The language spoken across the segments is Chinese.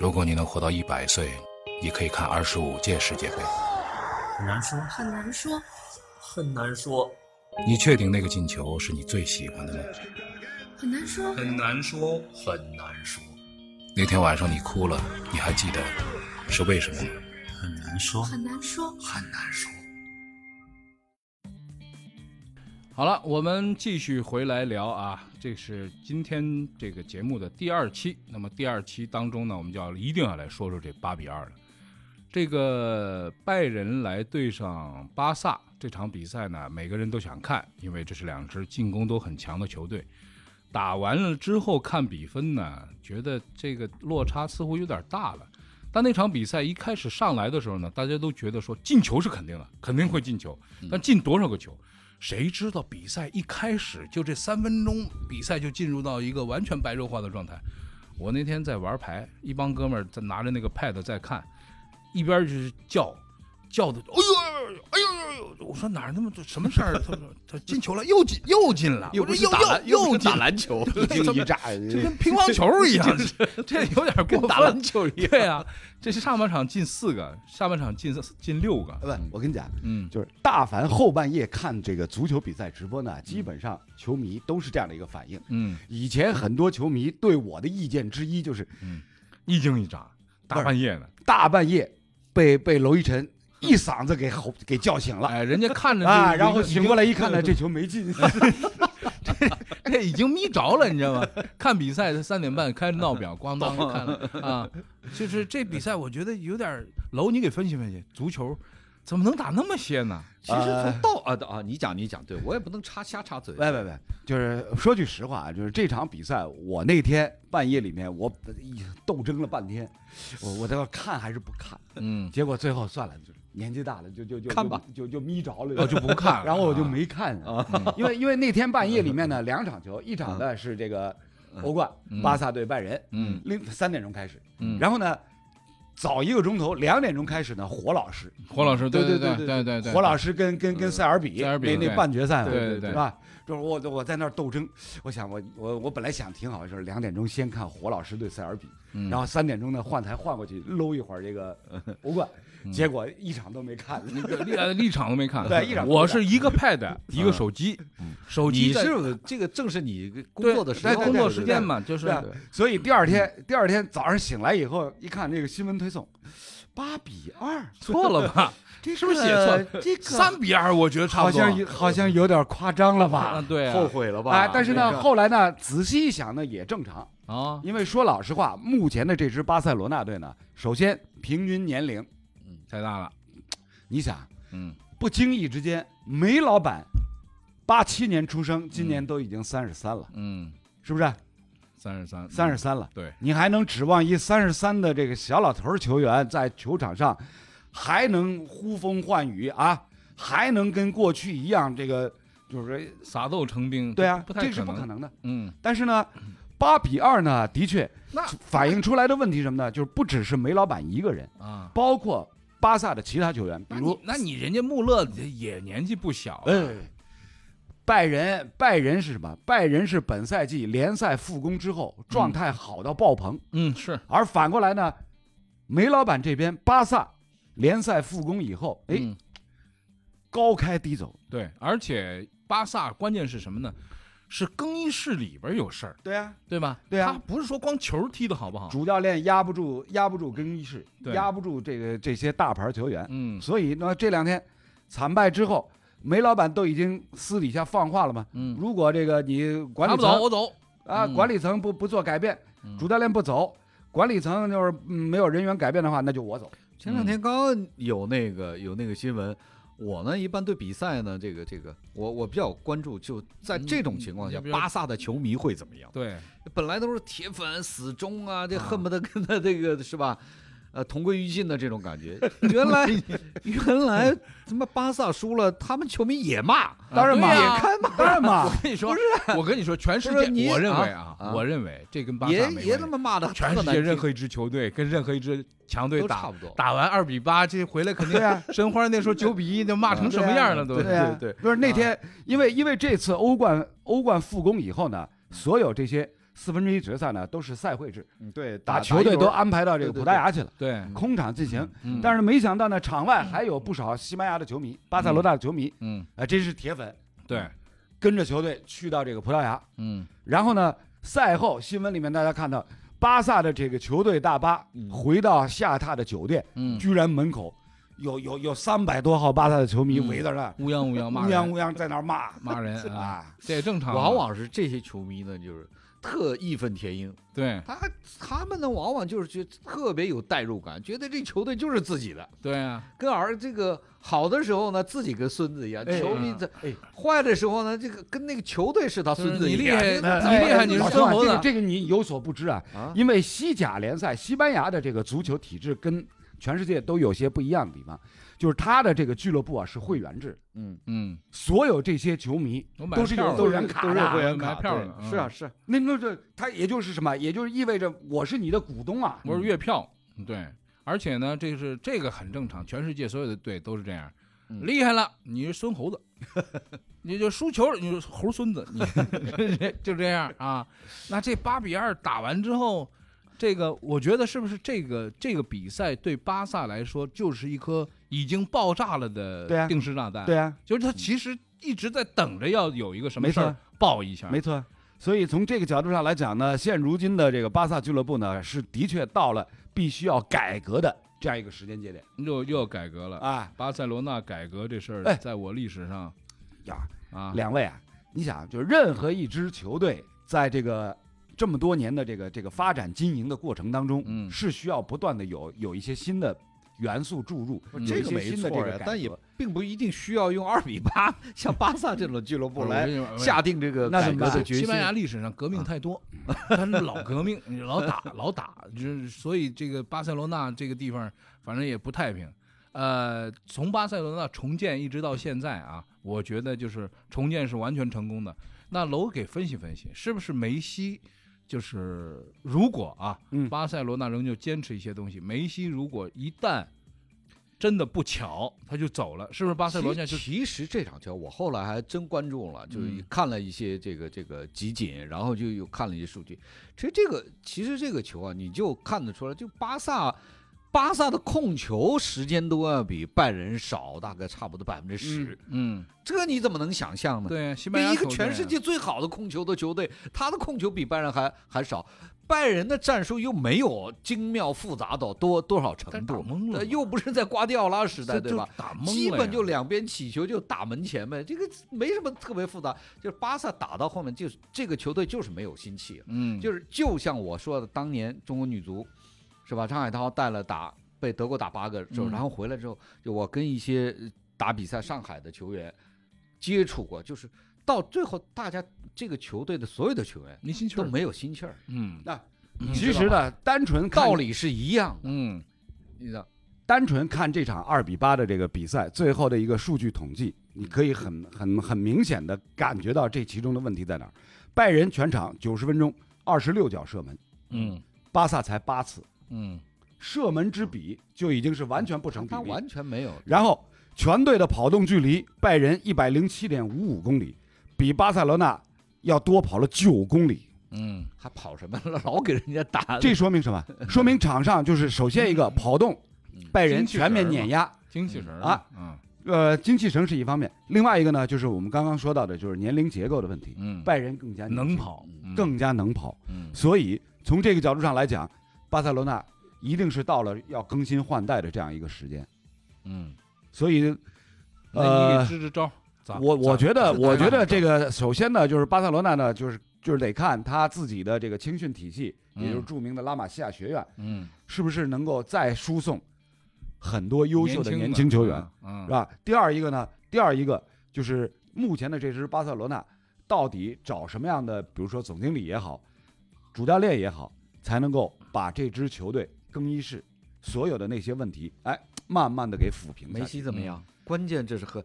如果你能活到一百岁，你可以看二十五届世界杯。很难说，很难说。很难说，你确定那个进球是你最喜欢的吗？很难说，很难说，很难说，那天晚上你哭了，你还记得是为什么吗？很难说，很难说。很难说。好了，我们继续回来聊啊，这是今天这个节目的第二期。那么第二期当中呢，我们就要一定要来说说这八比二了。这个拜仁来对上巴萨这场比赛呢，每个人都想看，因为这是两支进攻都很强的球队。打完了之后看比分呢，觉得这个落差似乎有点大了。但那场比赛一开始上来的时候呢，大家都觉得说进球是肯定的，肯定会进球，但进多少个球？谁知道比赛一开始就这三分钟，比赛就进入到一个完全白热化的状态。我那天在玩牌，一帮哥们儿在拿着那个 pad 在看，一边就是叫，叫的，哎呦，哎呦，哎呦，哎呦我说哪儿那么多什么事儿？他说他进球了，又进又进了，又我不说是打篮，又不又是进打 篮球，一惊一乍，这跟乒乓球一样，这这有点过跟分。打篮球一样。对啊，这是上半场进四个，下半场进四进六个。呃 不，我跟你讲，嗯，就是大凡后半夜看这个足球比赛直播呢，基本上球迷都是这样的一个反应。嗯，以前很多球迷对我的意见之一就是，一惊一乍，大半夜的，大半夜被被娄艺晨一嗓子给吼给叫醒了哎，人家看着啊，就然后醒过来一看呢，这球没 进。这已经迷着了，你知道吗？看比赛三点半开闹表，咣当看了啊，就是这比赛我觉得有点儿楼，你给分析分析，足球怎么能打那么些呢？其实从到呃啊啊，你讲你讲，对我也不能插瞎插嘴。哎喂喂喂，就是说句实话啊，就是这场比赛，我那天半夜里面我斗争了半天，我我都要看还是不看，嗯，结果最后算了，就是年纪大了，就就就看吧，就就就眯着了，我哦就不看了， 然后我就啊没看了，嗯因为因为那天半夜里面呢，两场球，一场呢是这个欧冠巴萨对拜仁，嗯，零三点钟开始，嗯然后呢早一个钟头，两点钟开始呢，火老师，火老师，对对对对对对对，嗯火老师跟跟跟塞尔比塞尔比那那对半决赛嘛，对对对是吧？就是我我在那儿斗争，我想我我我本来想挺好，就是两点钟先看火老师对塞尔比，嗯然后三点钟呢换台换过去搂一会儿这 个欧冠，嗯结果一场都没看。 立呃立场都没看，对一场都没看嗯我是一个 pad 一个手机，手机你在是这个正是你工对作的时对在候，对工作时间嘛，就是是吧？所以第二天，第二天早上醒来以后，一看这个新闻推送，八比二，错了吧？这是不是写错了个这 个三比二，我觉得差好不多。像有好像有点夸张了啊，吧？对啊，后悔了吧？哎，但是这呢，个后来呢，仔细一想呢，也正常，啊，因为说老实话，目前的这支巴塞罗那队呢，首先平均年龄，太大了，你想，嗯，不经意之间，梅老板八七年出生，今年都已经三十三了，嗯，是不是？三十三，嗯三十三了。对，你还能指望一三十三的这个小老头儿球员在球场上还能呼风唤雨啊，还能跟过去一样，这个就是撒豆成兵，对啊不，太这是不可，能的。嗯，但是呢，八比二呢，的确那反映出来的问题是什么呢？就是不只是梅老板一个人，啊，包括巴萨的其他球员，比那如你那你人家穆勒也年纪不小了，哎，拜仁，拜仁是什么？拜仁是本赛季联赛复工之后状态好到爆棚。嗯，是，而反过来呢，梅老板这边巴萨联赛复工以后，哎，嗯高开低走。对，而且巴萨关键是什么呢？是更衣室里边有事儿，对啊，对吧？对啊他不是说光球踢的好不好，主教练压不住，压不住更衣室，对压不住这个这些大牌球员。嗯所以呢，这两天惨败之后，梅老板都已经私底下放话了嘛。嗯如果这个你管他理不走层我走，啊，嗯管理层不不做改变，主教练不走，管理层就是嗯没有人员改变的话，那就我走。前嗯两天刚刚有那个有那个新闻，我呢一般对比赛呢，这个这个我我比较关注，就在这种情嗯况下你比，如巴萨的球迷会怎么样？对，本来都是铁粉死忠啊，这恨不得跟他这个是吧？呃，同归于尽的这种 感觉。原来原来他妈巴萨输了，他们球迷也骂，当然嘛，对呀也开啊嘛，当然嘛我，跟你说，啊我跟你说，全世不是界，你我认为啊啊，啊我认为这跟巴萨也没关也系他妈骂的全世界任何一支球队跟任何一支强队都打，差不多打完二比八，这回来肯定对啊 申花那时候九比一，就骂成什么样了都。 对啊对对不是那天，因为因为这次欧冠欧冠复工以后呢，所有这些四分之一决赛呢都是赛会制，嗯对，把打球队都安排到这对个对葡萄牙去了，对，空场进行。嗯但是没想到呢，场外还有不少西班牙的球迷、巴塞罗那的球迷，嗯，啊，真是铁粉，对，跟着球队去到这个葡萄牙。嗯然后呢，赛后新闻里面大家看到，巴萨的这个球队大巴嗯回到下榻的酒店，嗯， 居然门口有有有三百多号巴萨的球迷嗯围在那儿，乌泱乌泱骂乌泱人，乌泱在那儿骂骂人 啊， 啊。这也正常嘛。往往是这些球迷呢，就是特义愤填膺，对他他们呢，往往就是觉得特别有代入感，觉得这球队就是自己的。对啊，跟儿这个好的时候呢，自己跟孙子一样；哎球迷嗯这、哎坏的时候呢，这个跟那个球队是他就是孙子你一厉样。害，那你厉害，你是老孙兄啊猴这子个，这个你有所不知啊，啊，因为西甲联赛，西班牙的这个足球体制跟全世界都有些不一样的地方，就是它的这个俱乐部啊是会员制，嗯，嗯，所有这些球迷我买都是有票会了，员都卡是会的，员买卡票对了是啊嗯是啊，那那这它也就是什么，也就是意味着我是你的股东啊，我是月票，对，而且呢，这是这个很正常，全世界所有的队都是这样。嗯厉害了，你是孙猴 子，你就输球了，你就是猴孙子，你 就这样啊。那这八比二打完之后，这个我觉得是不是这个这个比赛对巴萨来说就是一颗已经爆炸了对的啊定时炸弹？对啊，就是他其实一直在等着要有一个什么没事错啊儿爆一下。没错。所以从这个角度上来讲呢，现如今的这个巴萨俱乐部呢，是的确到了必须要改革的这样一个时间节点又又要改革了。啊巴塞罗那改革这事儿，哎在我历史上呀。啊，两位啊，你想，就是任何一支球队在这个这么多年的这个这个发展经营的过程当中，嗯是需要不断的有有一些新的元素注入，嗯有这一个些没新的这错个呀改，但也革并不一定需要用二比八像巴萨这种俱乐部啊哦我 来跟你说下定这个那改怎么革办的决西心。啊嗯班牙历史上革命太多， 他是老革命，老打老打，就是所以这个巴塞罗那这个地方反正也不太平。呃，从巴塞罗那重建一直到现在啊，我觉得就是重建是完全成功的。那楼给分析分析，是不是梅西？就是如果啊，嗯巴塞罗那仍旧坚持一些东西，梅西如果一旦真的不巧他就走了，是不是巴塞罗那其就嗯其实这场球我后来还真关注了，就是看了一些这个这个集锦，然后就又看了一些数据。其实这个其实这个球啊，你就看得出来，就巴萨巴萨的控球时间都要比拜仁少，大概差不多百分之十。嗯，这你怎么能想象呢？对，啊西班牙那一个球队全世界最好的控球的球队，他的控球比拜仁还还少。拜仁的战术又没有精妙复杂到多多少但程是打度，懵了呃，又不是在瓜迪奥拉时代，对吧？？打懵了呀，基本就两边起球就打门前呗，这个没什么特别复杂。就是巴萨打到后面，就是这个球队就是没有心气，嗯，就是就像我说的，当年中国女足，是吧？张海涛带了打被德国打八个之后，嗯然后回来之后，就我跟一些呃打比赛上海的球员接触过，就是到最后大家这个球队的所有的球员没心气都儿，没有心气儿，嗯嗯其实呢，单纯看道，理是一样的，嗯你知道？单纯看这场二比八的这个比赛最后的一个数据统计，你可以很很很明显的感觉到这其中的问题在哪儿。拜仁全场九十分钟二十六脚射门，嗯巴萨才八次，嗯射门之比就已经是完全不成比他例。完全没有。然后全队的跑动距离，拜仁一百零七点五五公里，比巴塞罗那要多跑了九公里。嗯，还跑什么了？老给人家 打，这说明什么？说明场上就是首先一个嗯跑动，拜仁全面碾压。精气神儿啊，嗯呃，精气神是一方面，另外一个呢，就是我们刚刚说到的，就是年龄结构的问题。嗯，拜仁更加年轻能，跑，嗯更加能跑。嗯所以从这个角度上来讲，巴塞罗那一定是到了要更新换代的这样一个时间。嗯，所以，那你呃给，支支招儿，咋我我觉得，我觉得这个，个首先呢，就是巴塞罗那呢，就是就是得看他自己的这个青训体系，嗯也就是著名的拉玛西亚学院，嗯，是不是能够再输送很多优秀的年年轻球员，，嗯是，吧？第二一个呢，第二一个就是目前的这支巴塞罗那到底找什么样的，比如说总经理也好，主教练也好，才能够把这支球队更衣室所有的那些问题，哎，慢慢的给抚平下去。梅西怎么样？嗯关键这是和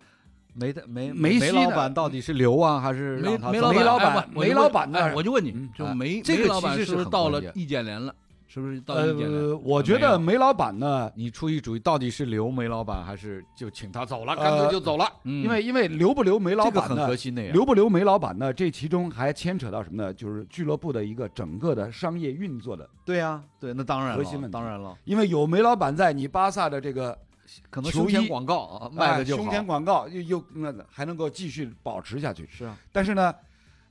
梅的梅梅西呢老板到底是留啊，还是梅让他梅走梅老老板哎板我我就梅问老板那哎儿我就问你嗯，就哎梅这个梅老其板实是是不是很到关了键易建联了？啊是不是到你点呃，我觉得梅老板呢，你出于主义到底是留梅老板还是就请他走了，呃干脆就走了？嗯因为因为留不留梅老这个板很呢核，心的呀。留不留梅老板呢，这其中还牵扯到什么呢？就是俱乐部的一个整个的商业运作的，对呀、对，那当然核心问了，题当然了，因为有梅老板在，你巴萨的这个可能球胸前衣广告啊卖哎的就胸好。前广告又又那还能够继续保持下去。是啊，但是呢，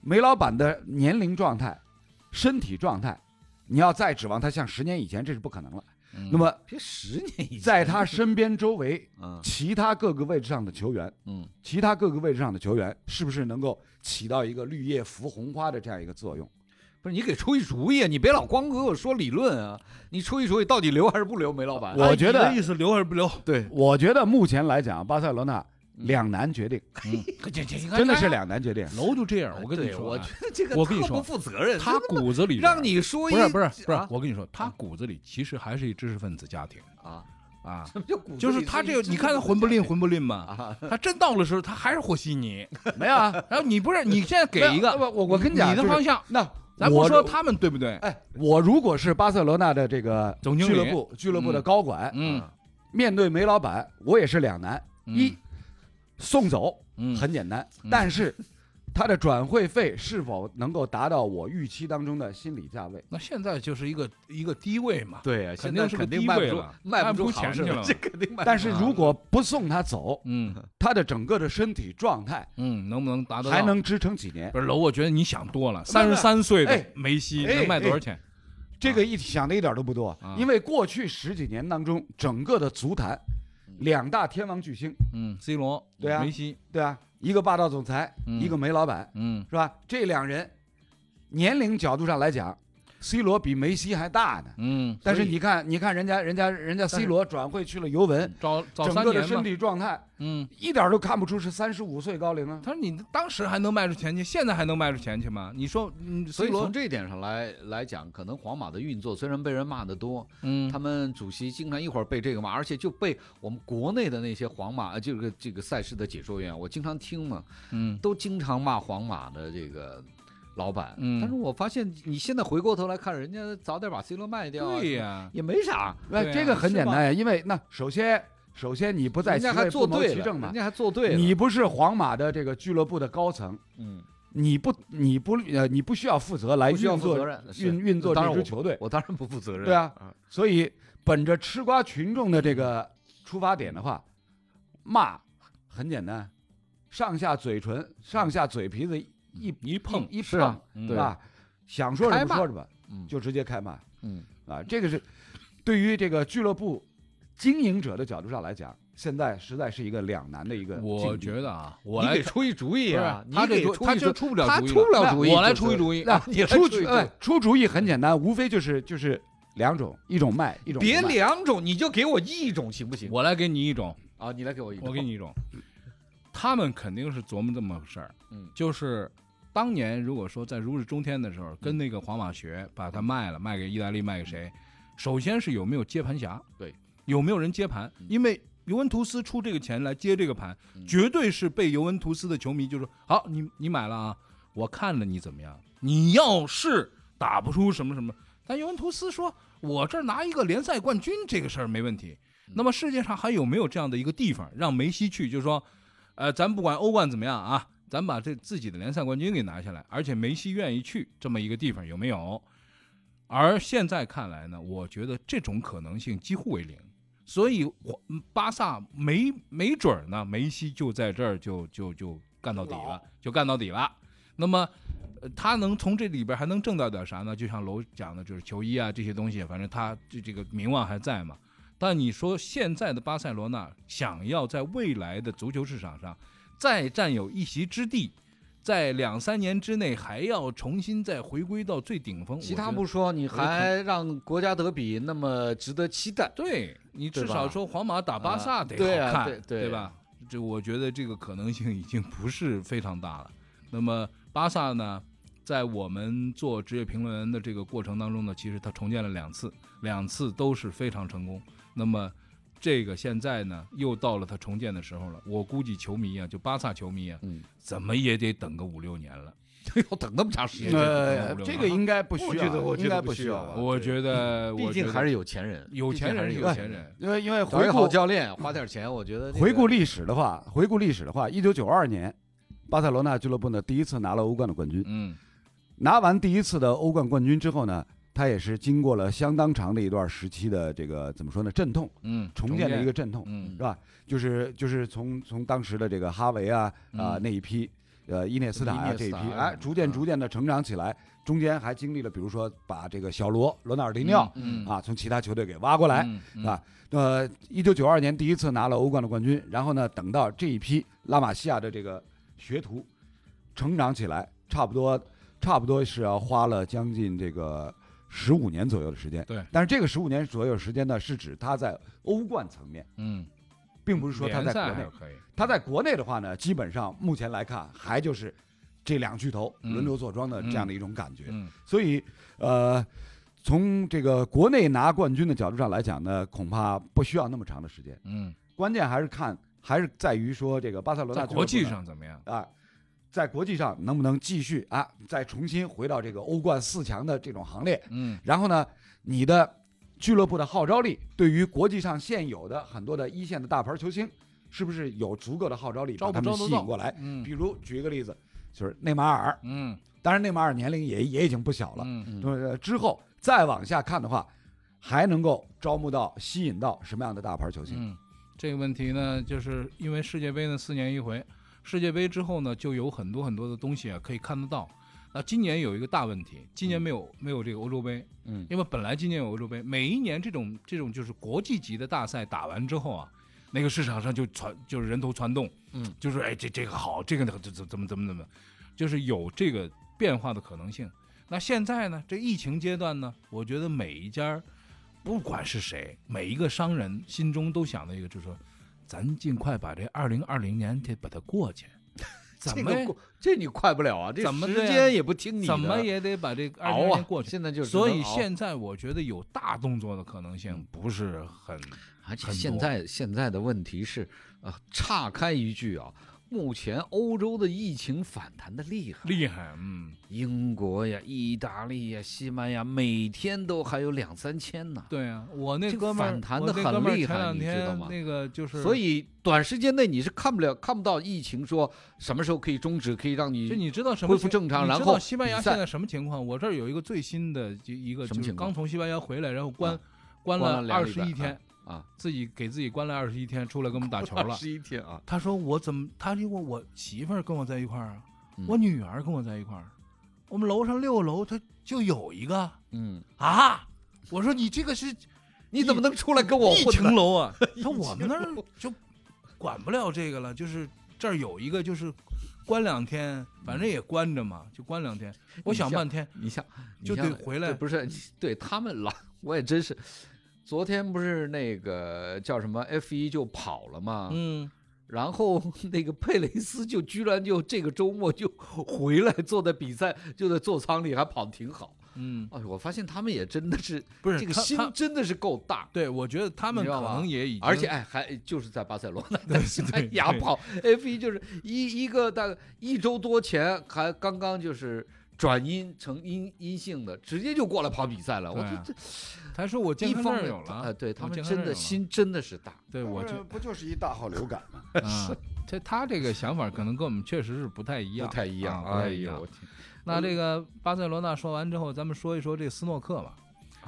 梅老板的年龄状态、身体状态，你要再指望他像十年以前，这是不可能了。那那么别十年嗯以前，在他身边周围， 嗯其他各个位置上的球员，嗯，其他各个位置上的球员是不是能够起到一个绿叶扶红花的这样一个作用？不是你给出一主意啊，你别老光给我说理论啊，你出一主意到底留还是不留梅老板？哎我觉得意思留还是不 留？对，我觉得目前来讲，巴塞罗那两难决定，嗯真的是两难决定。楼就这样，我跟你哎对说我啊，觉得这个我跟你特说不负责任，他这他妈骨子里边让你说一不是不是不是啊， 我跟你说，他骨子里其实还是一知识分子家庭啊，啊，什么叫骨子就是里他一这个，知你识看他分子混不家吝庭混不吝嘛，他真到了时候，他还是和稀泥。啊 没有啊，然后你不是你现在给一个，我我跟你讲，你的就是方向，那咱不我说他们对不对？哎，我如果是巴塞罗那的这个总经理俱乐部俱乐部的嗯高管，啊嗯，面对梅老板，我也是两难：嗯一送走嗯很简单，嗯但是他的转会费是否能够达到我预期当中的心理价位？那现在就是一个一个低位嘛，对呀，肯现定在是个肯定低卖位不出了卖按不不出起行去市了这肯定卖不出行。但是如果不送他走，嗯 他的整个的身体状态嗯，能不能达得到？还能支撑几年？不是楼？我觉得你想多了，不三是十三岁哎的梅西哎能卖多少钱？这啊个一想的一点都不多啊，因为过去十几年当中，整个的足坛嗯两大天王巨星，嗯，C 罗，对啊梅西，对啊，一个霸道总裁，嗯一个梅老板，嗯是吧？这两人年龄角度上来讲，C 罗比梅西还大呢。嗯，但是所以你看，你看人家，人家，人家 C 罗转会去了尤文，早早整三个的年身吧，体状态嗯，一点都看不出是三十五岁高龄啊。他说你当时还能卖出钱去，现在还能卖出钱去吗？你说，嗯，所 C 以罗从，这一点上来来讲，可能皇马的运作虽然被人骂得多，嗯，他们主席经常一会儿被这个骂，而且就被我们国内的那些皇马呃这个这个赛事的解说员，我经常听嘛，嗯，都经常骂皇马的这个老板。嗯但是我发现你现在回过头来看，人家早点把 C 罗卖掉啊，对呀，也没啥，那对啊这个很是简吧单呀，因为那首先，首先你不在人其家还位做不谋对其了，政嘛人，家还做对了，你不是皇马的这个俱乐部的高层，嗯，你不你不呃你不需要负责来不需要运负责作任，是运运作当然这我支不球队，我当然不负责任，对啊，所以本着吃瓜群众的这个出发点的话，骂很简单，上下嘴唇、上下嘴皮子一一碰，一嗯是碰，啊嗯对吧？想说开什么骂说什么，嗯就直接开骂嗯，啊！这个是对于这个俱乐部经营者的角度上来讲，现在实在是一个两难的一个境地。我觉得啊，我你来给出一主意啊，不是你他这给主出他一真主出不了他主意出了不了主意，我来就出一是主意，那你来出出主一主哎出主意很简单，无非就是就是两种，一种卖，一种别脸。两种，你就给我一种行不行？我来给你一种，啊，你来给我一种，我给你一种，他们肯定是琢磨这么个事儿，嗯就是当年如果说在如日中天的时嗯候，跟那个皇马学，把它卖了，卖给意大利，卖给谁？首先是有没有接盘侠，嗯对，有没有人接盘？因为尤文图斯出这个钱来接这个盘，嗯绝对是被尤文图斯的球迷就说：好，你你买了啊，我看了你怎么样？你要是打不出什么什么，但尤文图斯说，我这儿拿一个联赛冠军这个事儿没问题。那么世界上还有没有这样的一个地方让梅西去？就是说，呃，咱不管欧冠怎么样啊，咱把这自己的联赛冠军给拿下来，而且梅西愿意去这么一个地方有没有？而现在看来呢，我觉得这种可能性几乎为零，所以我嗯巴萨没没准儿呢，梅西就在这儿就就就干到底了，就干到底了。那么，呃他能从这里边还能挣到点啥呢？就像楼讲的，就是球衣啊这些东西，反正他这这个名望还在嘛。但你说现在的巴塞罗那想要在未来的足球市场上再占有一席之地，在两三年之内还要重新再回归到最顶峰，其我觉他得不说，你可能还让国家德比那么值得期待， 对你至对吧少说皇马打巴萨啊得对好啊看，对对吧？这我觉得这个可能性已经不是非常大了。那么巴萨呢，在我们做职业评论员的这个过程当中呢，其实他重建了两次，两次都是非常成功。那么这个现在呢，又到了他重建的时候了。我估计球迷啊，就巴萨球迷啊，嗯怎么也得等个五六年了。要等那么长时间。呃， 56这个应该不需我觉得要，我觉应得该不需需要啊要吧。我觉得，嗯毕我竟觉还得是有钱人，有毕钱竟还人，是有有钱人。因为因为找一回个顾好教练，花点钱，我觉得回顾历历史的话，回顾历史的话，一九九二年，巴塞罗那俱乐部呢第一次拿了欧冠的冠军。嗯拿完第一次的欧冠冠军之后呢，他也是经过了相当长的一段时期的这个怎么说呢，阵痛，嗯，重建了一个，阵痛，嗯是吧？就是就是从从当时的这个哈维啊啊、嗯那一批，呃伊涅斯塔伊啊涅这斯一塔批，啊哎，逐渐逐渐的成长起来，中间还经历了比如说把这个小罗罗纳尔迪尼奥嗯啊从其他球队给挖过来，嗯嗯啊呃，一九九二年第一次拿了欧冠的冠军，然后呢，等到这一批拉玛西亚的这个学徒成长起来，差不多差不多是要花了将近这个十五年左右的时间。对但是这个十五年左右时间呢，是指他在欧冠层面，嗯，并不是说他在联赛国还内是。可以，他在国内的话呢，基本上目前来看还就是这两巨头嗯轮流坐庄的这样的一种感觉。嗯所以，呃，从这个国内拿冠军的角度上来讲呢，恐怕不需要那么长的时间。嗯，关键还是看，还是在于说这个巴塞罗那在俱乐国部呢际上怎么样？啊，在国际上能不能继续啊，再重新回到这个欧冠四强的这种行列？嗯然后呢，你的俱乐部的号召力对于国际上现有的很多的一线的大牌球星，是不是有足够的号召力招把不他们招得吸到引过来？嗯比如举一个例子，就是内马尔，嗯当然内马尔年龄也也已经不小了。嗯就是之后再往下看的话，还能够招募到、吸引到什么样的大牌球星？嗯，这个问题呢，就是因为世界杯呢四年一回，世界杯之后呢，就有很多很多的东西啊可以看得到。那今年有一个大问题，今嗯年没有、没有这个欧洲杯，嗯，因为本来今年有欧洲杯，每一年这种这种就是国际级的大赛打完之后啊，那个市场上就传就是人头攒动，嗯，就是哎这这个好，这个呢这怎怎么怎么怎么，就是有这个变化的可能性。那现在呢，这疫情阶段呢，我觉得每一家儿不管是谁，每一个商人心中都想的一个就是说，咱尽快把这二零二零年得把它过去，怎 这么个过这你快不了啊，这怎么时这样间也不听你的，怎么也得把这二零熬年啊过去。现在就是只所能以熬嗯现在我觉得有大动作的可能性不是很，而且很现多在现在的问题是，呃，岔开一句啊，目前欧洲的疫情反弹的厉害，厉害，嗯，英国呀、意大利呀、西班牙，每天都还有两三千呢。对啊，我那这个哥们儿反弹我得那很哥们儿厉前害两你知道天吗那个就是，所以短时间内你是看不了、看不到疫情说什么时候可以终止，可以让就你你知道什么恢复情正常你然知道后西班比牙赛现在什么情况？我这儿有一个最新的就一个，什就么是情况刚从西班牙回来，然后关、啊关关了了两二个礼十拜一天，啊自己给自己关了二十一天，出来跟我们打球了。十一天啊，他说我怎么？他因为我媳妇儿跟我在一块儿啊，嗯我女儿跟我在一块儿，我们楼上六楼他就有一个嗯，啊。我说你这个是你怎么能出来跟我疫混情呢？楼 啊，那我们那儿就管不了这个了，就是这儿有一个就是关两天，反正也关着嘛，就关两天。我想半天，你像你就像得回来对不是你对他们老，我也真是。昨天不是那个叫什么 F 一就跑了吗？嗯，然后 那个佩雷斯就居然就这个周末就回来，坐在比赛就在座舱里还跑得挺好。嗯，哎，我发现他们也真的是不是这个他心他真的是够大。对，我觉得他们你知可道吧能也已经，而且哎，还就是在巴塞罗 那，对在西班牙对跑 F 一就是一一个大概一周多前还刚刚就是转阴成阴阴性的，直接就过来跑比赛了。我对觉啊得这他说我健一康证方儿面有啊，了，对他我们健康真证儿有的了，心真的是大。对我这不就是一大号流感吗？ 啊，这他这个想法可能跟我们确实是不太一样，不太一样，啊不太哎一样呦，我天那这个巴塞罗那说完之后，咱们说一说这斯诺克吧。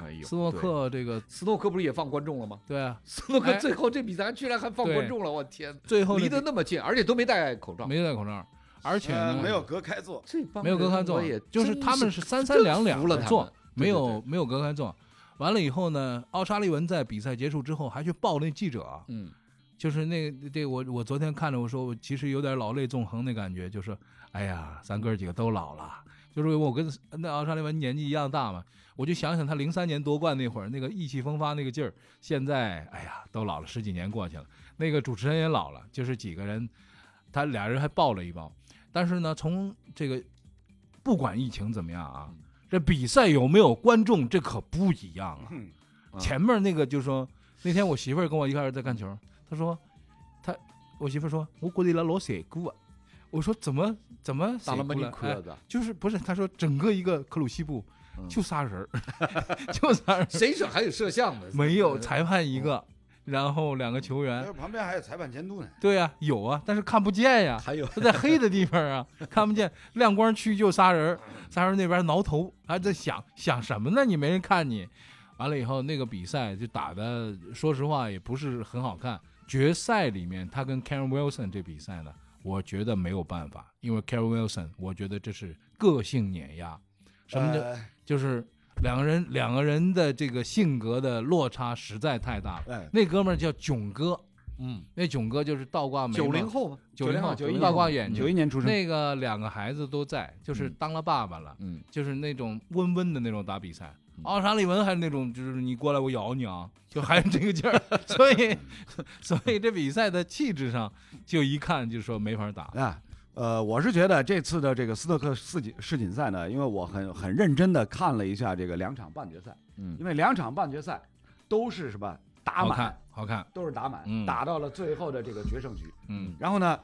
哎呦，斯诺对，克这个，斯诺克不是也放观众了吗？对啊，斯诺克哎最后这比赛居然还放观众了，我天！最后那离得个那么近，而且都没戴口罩，没戴口罩，而且呢，没有隔开坐，这帮没有隔开坐人我也，就是真他们是三三真两两服了的他坐们，没对对有没有隔开坐。完了以后呢，奥沙利文在比赛结束之后还去抱那记者啊，嗯，就是那个这我我昨天看着我说我其实有点老泪纵横的感觉，就是哎呀，咱哥几个都老了，就是我跟那奥沙利文年纪一样大嘛，我就想想他零三年夺冠那会儿那个意气风发那个劲儿，现在哎呀都老了十几年过去了，那个主持人也老了，就是几个人，他俩人还抱了一抱，但是呢，从这个不管疫情怎么样啊，这比赛有没有观众这可不一样啊。前面那个就说，那天我媳妇儿跟我一块儿在看球，她说，她我媳妇儿说，我觉得咱老残酷啊。我说怎么怎么打了谁么哭尼了克哎的，就是不是？他说整个一个克鲁西部嗯就仨人儿， 就仨人儿，谁说还有摄像的？没有裁判一哦个，然后两个球哎员。旁边还有裁判监督呢。对呀、有啊，但是看不见呀，还有他在黑的地方啊，看不见。亮光区就仨人儿，仨人那边挠头，还在想想什么呢？你没人看你。完了以后，那个比赛就打的，说实话也不是很好看。决赛里面，他跟 Karen Wilson 这比赛呢，我觉得没有办法，因为 Karen Wilson，我觉得这是个性碾压。什哎么叫、呃就是两个人两个人的这个性格的落差实在太大了。哎，那哥们儿叫囧哥，嗯，那囧哥就是倒挂眉毛，九零后吗？九零后九一倒挂眼九睛一。年出生，那个两个孩子都在，就是嗯当了爸爸了，嗯，就是那种温温的那种打比赛嗯。奥沙利文还是那种，就是你过来我咬你啊，就还是这个劲儿， 所以，所以这比赛的气质上，就一看就说没法打。啊，呃，我是觉得这次的这个斯特克世锦世锦赛呢，因为我很很认真的看了一下这个两场半决赛，嗯因为两场半决赛都是什么打好满，看，好看，都是打满，嗯打到了最后的这个决胜局。嗯然后呢，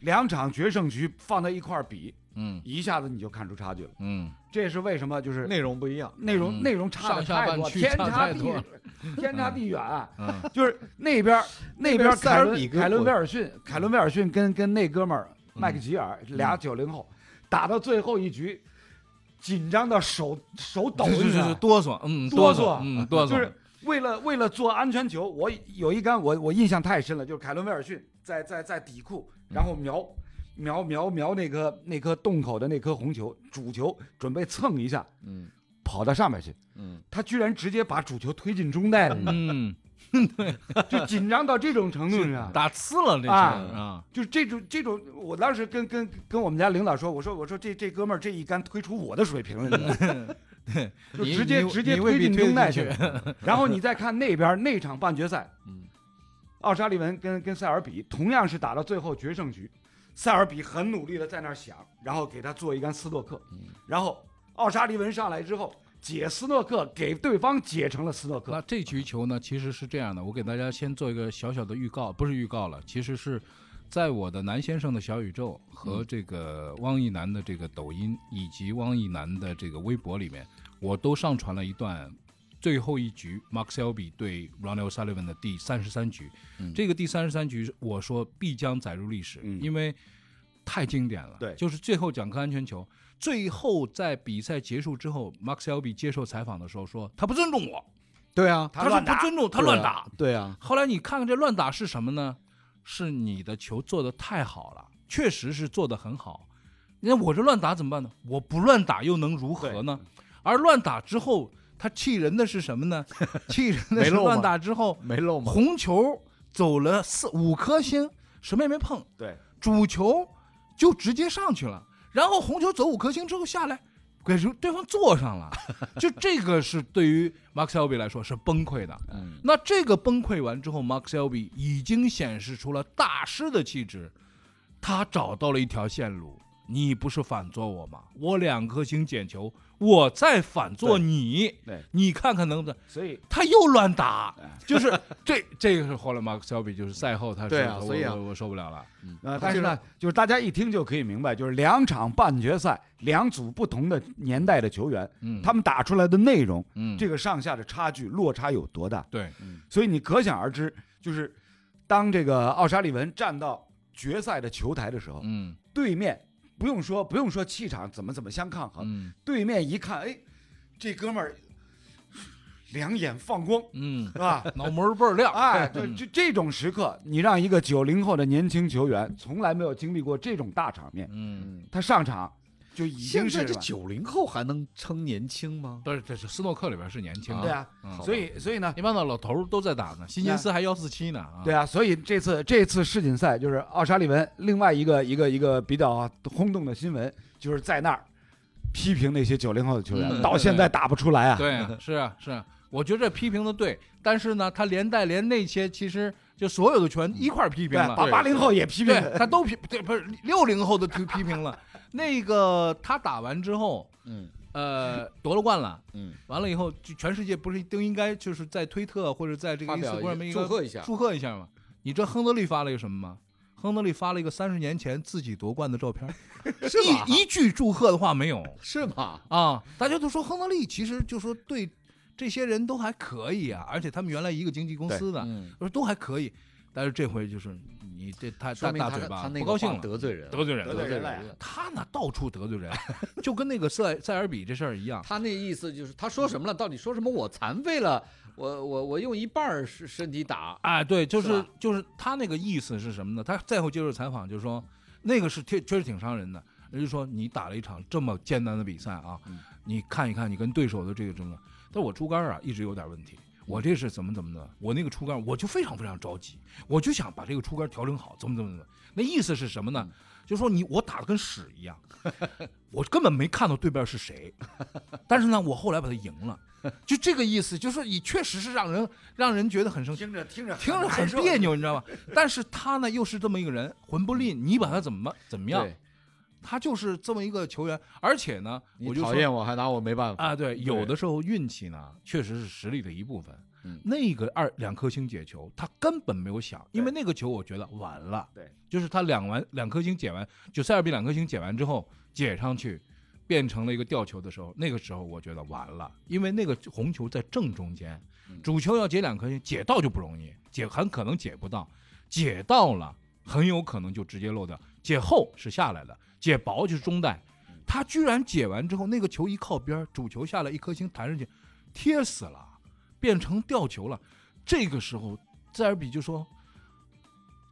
两场决胜局放在一块儿比，嗯一下子你就看出差距了。嗯，这也是为什么，就是内容不一样，内容嗯内容差的上下太多，半区天差差太地多了天差地远啊。嗯就是那边儿那边边儿塞凯尔伦比跟凯伦我威尔逊，凯伦威尔逊跟跟那哥们儿麦克吉尔俩九零后，打到最后一局，紧张的手手 抖就一是就是下，哆嗦，嗯，哆嗦嗦，嗯，哆嗦，就是为了为了做安全球，我有一杆我我印象太深了，就是凯伦威尔逊在在在底裤，然后瞄。瞄瞄瞄那颗那颗洞口的那颗红球，主球准备蹭一下，嗯跑到上面去，嗯，他居然直接把主球推进中袋了，嗯，就紧张到这种程度上。打刺了 这是啊啊，就是这种这种，我当时跟跟跟我们家领导说，我说我说这这哥们儿这一杆推出我的水平了，你知道吗 就你直接你直接你未推必进推中得奈进去 了然后你再看那边那场半决赛，嗯，奥沙利文跟跟塞尔比同样是打到最后决胜局，塞尔比很努力的在那儿想，然后给他做一杆斯诺克，嗯然后奥沙利文上来之后解斯诺克，给对方解成了斯诺那克，这局球呢，其实是这样的，我给大家先做一个小小的预告，不是预告了，其实是在我的南先生的小宇宙嗯和这个汪一楠的这个抖音以及汪一楠的这个微博里面，我都上传了一段最后一局 Mark Selby 对 Ronald Sullivan 的第三十三局。这个第三十三局，我说必将载入历史，嗯因为太经典了。对就是最后讲颗安全球，最后在比赛结束之后，Mark Selby 接受采访的时候说，他不尊重我。对啊，他说不尊重，他乱打。对啊，后来你看看这乱打是什么呢？是你的球做的太好了，确实是做的很好。那我这乱打怎么办呢？我不乱打又能如何呢？而乱打之后，他气人的是什么呢？气人的没是漏吗乱打之后，没漏吗？红球走了四五颗星，什么也没碰，对，主球就直接上去了，然后红球走五颗星之后下来，给对方坐上 了，就这个是对于 Max Elby 来说是崩溃的。嗯那这个崩溃完之后，Max Elby 已经显示出了大师的气质，他找到了一条线路。你不是反做我吗？我两颗星捡球，我再反做你对，你看看能不能？所以他又乱打，哎就是这这个是后来马克肖比，就是赛后他说对啊我所以啊我我受不了了，呃，但是呢，就是大家一听就可以明白，就是两场半决赛，两组不同的年代的球员，嗯，他们打出来的内容，嗯这个上下的差距落差有多大？对所以你可想而知，就是当这个奥沙利文站到决赛的球台的时候，嗯对面不用说不用说气场怎么怎么相抗衡，嗯对面一看，哎，这哥们儿两眼放光，嗯是，吧？脑门儿倍儿亮，哎，就嗯这这种时刻，你让一个九零后的年轻球员从来没有经历过这种大场面，嗯，他上场就已现经在是这吧九零后还能称年轻吗？不是这是斯诺克里边是年轻的，对啊，嗯，所以所以呢，一般的老头儿都在打呢，辛金斯还幺四七呢，啊对，啊，所以这次这次世锦赛就是奥沙利文另外一个一个一个比较轰动的新闻，就是在那儿批评那些九零后的球员，嗯到现在打不出来啊。对啊，是啊是啊，我觉得这批评的对，但是呢，他连带连那些其实就所有的全一块儿批评了，把八零后也批评 对他都批，对不是六零后的批批评了。那个他打完之后，嗯，呃，夺了冠了，嗯，完了以后，就全世界不是都应该就是在推特或者在这个发表 Instagram 一应祝该贺一下，祝贺一下吗？你知道亨德利发了一个什么吗？亨德利发了一个三十年前自己夺冠的照 片，是一一句祝贺的话没有是吗？啊！大家都说亨德利其实就说对这些人都还可以啊，而且他们原来一个经纪公司的，嗯，我说都还可以，但是这回就是你这太说大明大他嘴巴他那不个高兴话了，得罪人了，得罪人得了，罪人了了。他呢到处得罪人，就跟那个塞塞尔比这事儿一样。他那意思就是他说什么了？到底说什么？我残废了，我我我用一半儿身身体打，哎，对，就是啊是吧就是他那个意思是什么呢？他再后接受采访，就是说那个是确确实挺伤人的。人家说你打了一场这么艰难的比赛啊，嗯你看一看你跟对手的这个争论。但我出杆啊一直有点问题，我这是怎么怎么的？我那个出杆我就非常非常着急，我就想把这个出杆调整好，怎么怎么怎么。那意思是什么嗯呢？就说你我打的跟屎一样， 我根本没看到对面是谁，但是呢，我后来把他赢了，就这个意思，就是说你确实是让人让人觉得很生气。听着听着听着很难受别扭，你知道吗？但是他呢又是这么一个人，魂不吝，你把他怎么办怎么样？嗯对他就是这么一个球员，而且呢，我你就讨说厌我还拿我没办法。啊，对，有的时候运气呢确实是实力的一部分。嗯那个二两颗星解球，他根本没有想，因为那个球我觉得完了，对，就是他两完两颗星解完，就塞尔比两颗星解完之后解上去。变成了一个吊球的时候，那个时候我觉得完了，因为那个红球在正中间，嗯主球要解两颗星，解到就不容易，解很可能解不到，解到了很有可能就直接漏掉，解后是下来的，解薄就是中带，他居然解完之后，那个球一靠边儿，主球下来一颗星弹上去，贴死了，变成吊球了。这个时候，塞尔比就说：“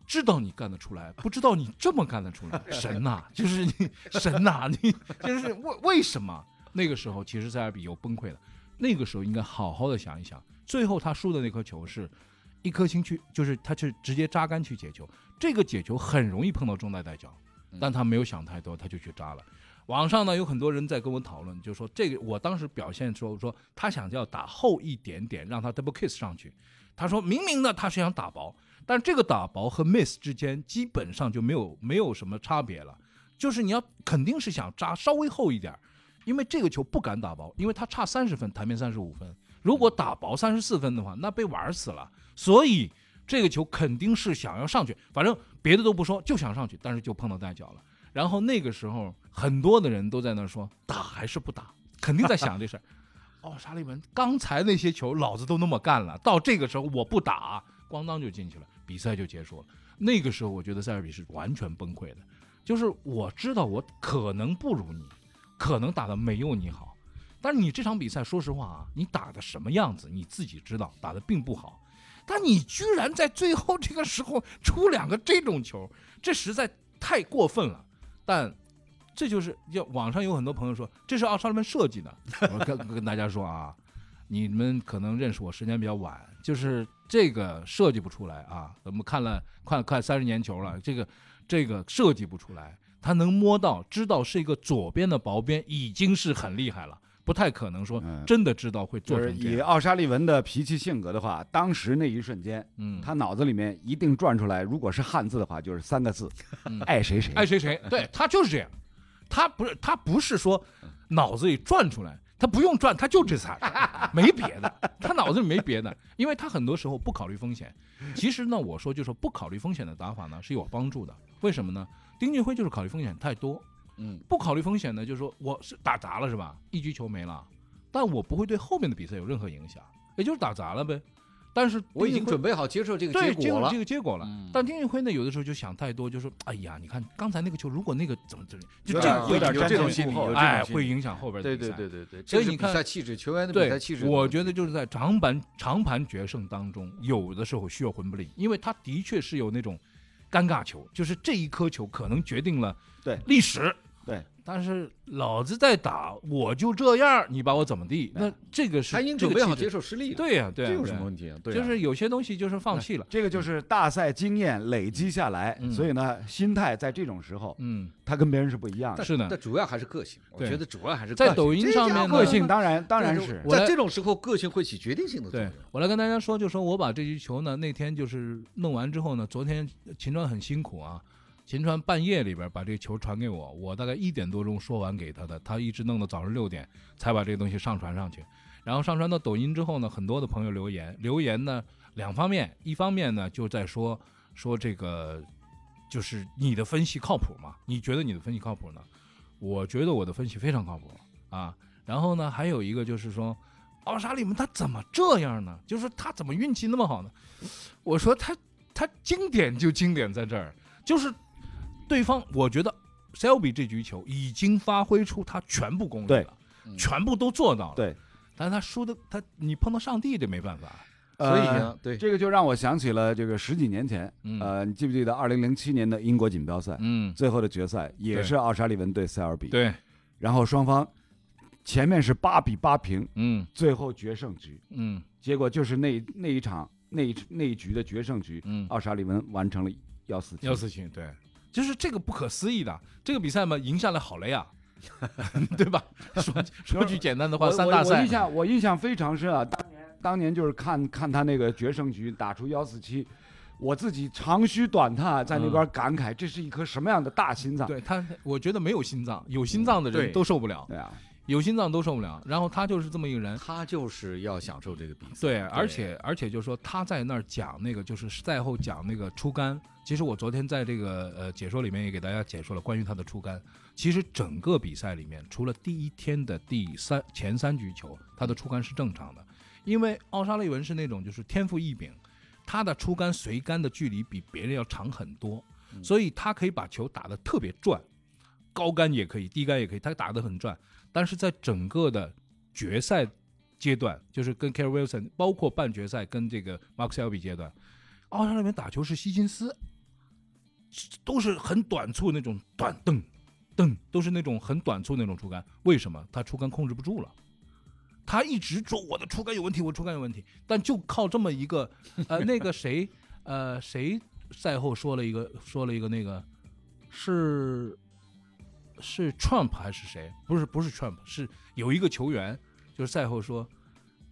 知道你干得出来，不知道你这么干得出来，神呐、就是你神呐、你就是为为什么？”那个时候，其实塞尔比有崩溃了。那个时候应该好好的想一想，最后他输的那颗球是一颗星去，就是他去直接扎杆去解球，这个解球很容易碰到中带带角，但他没有想太多，他就去扎了。网上呢有很多人在跟我讨论，就说这个我当时表现说说他想要打厚一点点，让他 double kiss 上去。他说明明呢他是想打薄，但这个打薄和 miss 之间基本上就没有没有什么差别了，就是你要肯定是想扎稍微厚一点，因为这个球不敢打薄，因为他差三十分，台面三十五分，如果打薄三十四分的话，那被玩死了。所以这个球肯定是想要上去，反正别的都不说，就想上去，但是就碰到带脚了。然后那个时候，很多的人都在那说打还是不打，肯定在想这事儿。哦，沙利文，刚才那些球老子都那么干了，到这个时候我不打，咣当就进去了，比赛就结束了。那个时候我觉得塞尔比是完全崩溃的，就是我知道我可能不如你，可能打的没有你好，但是你这场比赛，说实话啊，你打的什么样子你自己知道，打的并不好。但你居然在最后这个时候出两个这种球，这实在太过分了。但这就是要网上有很多朋友说这是奥沙利文设计的，我跟跟大家说啊，你们可能认识我时间比较晚，就是这个设计不出来啊。我们看了快快三十年球了，这个这个设计不出来，他能摸到知道是一个左边的薄边已经是很厉害了，不太可能说嗯真的知道会做就是成这以样。奥沙利文的脾气性格的话，当时那一瞬间，嗯，他脑子里面一定转出来，如果是汉字的话，就是三个字嗯：爱谁谁。爱谁谁，对他就是这样，他不是他不是说脑子里转出来，他不用转，他就这仨事儿，没别的，他脑子里没别的，因为他很多时候不考虑风险。其实呢，我说就说不考虑风险的打法呢是有帮助的，为什么呢？丁俊晖就是考虑风险太多，嗯，不考虑风险呢，就是说我是打砸了是吧？一局球没了，但我不会对后面的比赛有任何影响，也就是打砸了呗。但是我已丁俊经晖准备好接受这个对呃结这果个了这。个结果了。嗯但丁俊晖呢，有的时候就想太多，就说：“哎呀，你看刚才那个球，如果那个怎么怎么，就有这个点会有影点响瞻前后面顾后有这种哎，心理会影响后边的对比对赛。对对对，所这以是你比看赛气质，球员的对比赛气质的我问题，觉得就是在长盘长盘决胜当中，有的时候需要魂不吝，因为他的确是有那种尴尬球，就是这一颗球可能决定了对历史。对，但是老子在打，我就这样，你把我怎么地？那这个是他已经这准个备气好质接受失利了，对呀、对呀、这有对什呀么问题啊？对啊，就是有些东西就是放弃了。这个就是大赛经验累积下来，嗯所以呢，心态在这种时候，嗯，他跟别人是不一样的但是的但主要还是个性，我对觉得主要还是在个性抖音这上家面呢伙个性当然当然是我来在这种时候，个性会起决定性的作对用。我来跟大家说，就说我把这局球呢，那天就是弄完之后呢，昨天秦川很辛苦啊，秦川半夜里边把这个球传给我，我大概一点多钟说完给他的，他一直弄到早上六点才把这个东西上传上去。然后上传到抖音之后呢，很多的朋友留言，留言呢两方面，一方面呢就在说说这个就是你的分析靠谱吗？你觉得你的分析靠谱呢？我觉得我的分析非常靠谱啊。然后呢，还有一个就是说，奥沙利姆他怎么这样呢？就是说他怎么运气那么好呢？我说他他经典就经典在这儿，就是对方我觉得 Selby 这局球已经发挥出他全部功力对了，嗯全部都做到了。对，但是他输的他你碰到上帝这没办法。所以呢，对，呃这个就让我想起了这个十几年前，嗯呃，你记不记得二零零七年的英国锦标赛嗯，最后的决赛也对是奥沙利文对塞尔比，对，然后双方前面是八比八平，嗯最后决胜局，嗯结果就是那一那一场那一那一局的决胜局，嗯，奥沙利文完成了幺四幺四七，对，就是这个不可思议的这个比赛嘛，赢下来好累 啊，对吧？说说句简单的话，我三我大我赛印，象我印象非常深啊，当年当年就是看看他那个决胜局打出幺四七，我自己长吁短叹，啊在那边感慨，这是一颗什么样的大心脏？对他，我觉得没有心脏，有心脏的对人都受不了，啊对啊，有心脏都受不了。然后他就是这么一个人，他就是要享受这个比赛。对，而且而且就是说他在那儿讲那个，就是赛后讲那个出杆。其实我昨天在这个呃解说里面也给大家解说了关于他的出杆。其实整个比赛里面，除了第一天的第三前三局球，他的出杆是正常的，因为奥沙利文是那种就是天赋异禀，他的出杆随杆的距离比别人要长很多，所以他可以把球打得特别转，高杆也可以，低杆也可以，他打得很转。但是在整个的决赛阶段，就是跟 Kerry Wilson，包括半决赛跟这个 Mark Selby 阶段，奥沙利文打球是希金斯，都是很短促那种短蹬蹬，都是那种很短促那种出杆。为什么他出杆控制不住了？他一直说我的出杆有问题，我出杆有问题，但就靠这么一个，呃， 那个谁，呃，谁赛后说了一个说了一个那个是是 Trump 还是谁？不是不是 Trump，是有一个球员，就是赛后说，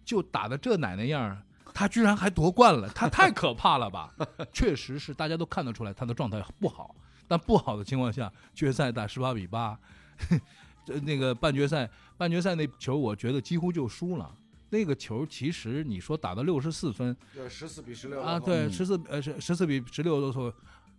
就打的这奶奶样儿，他居然还夺冠了，他太可怕了吧？确实是，大家都看得出来他的状态不好，但不好的情况下，决赛打十八比八， 这那个半决赛半决赛那球，我觉得几乎就输了。那个球其实你说打到六十四分，就十四比十六啊，对，十四呃十十四比十六的时候，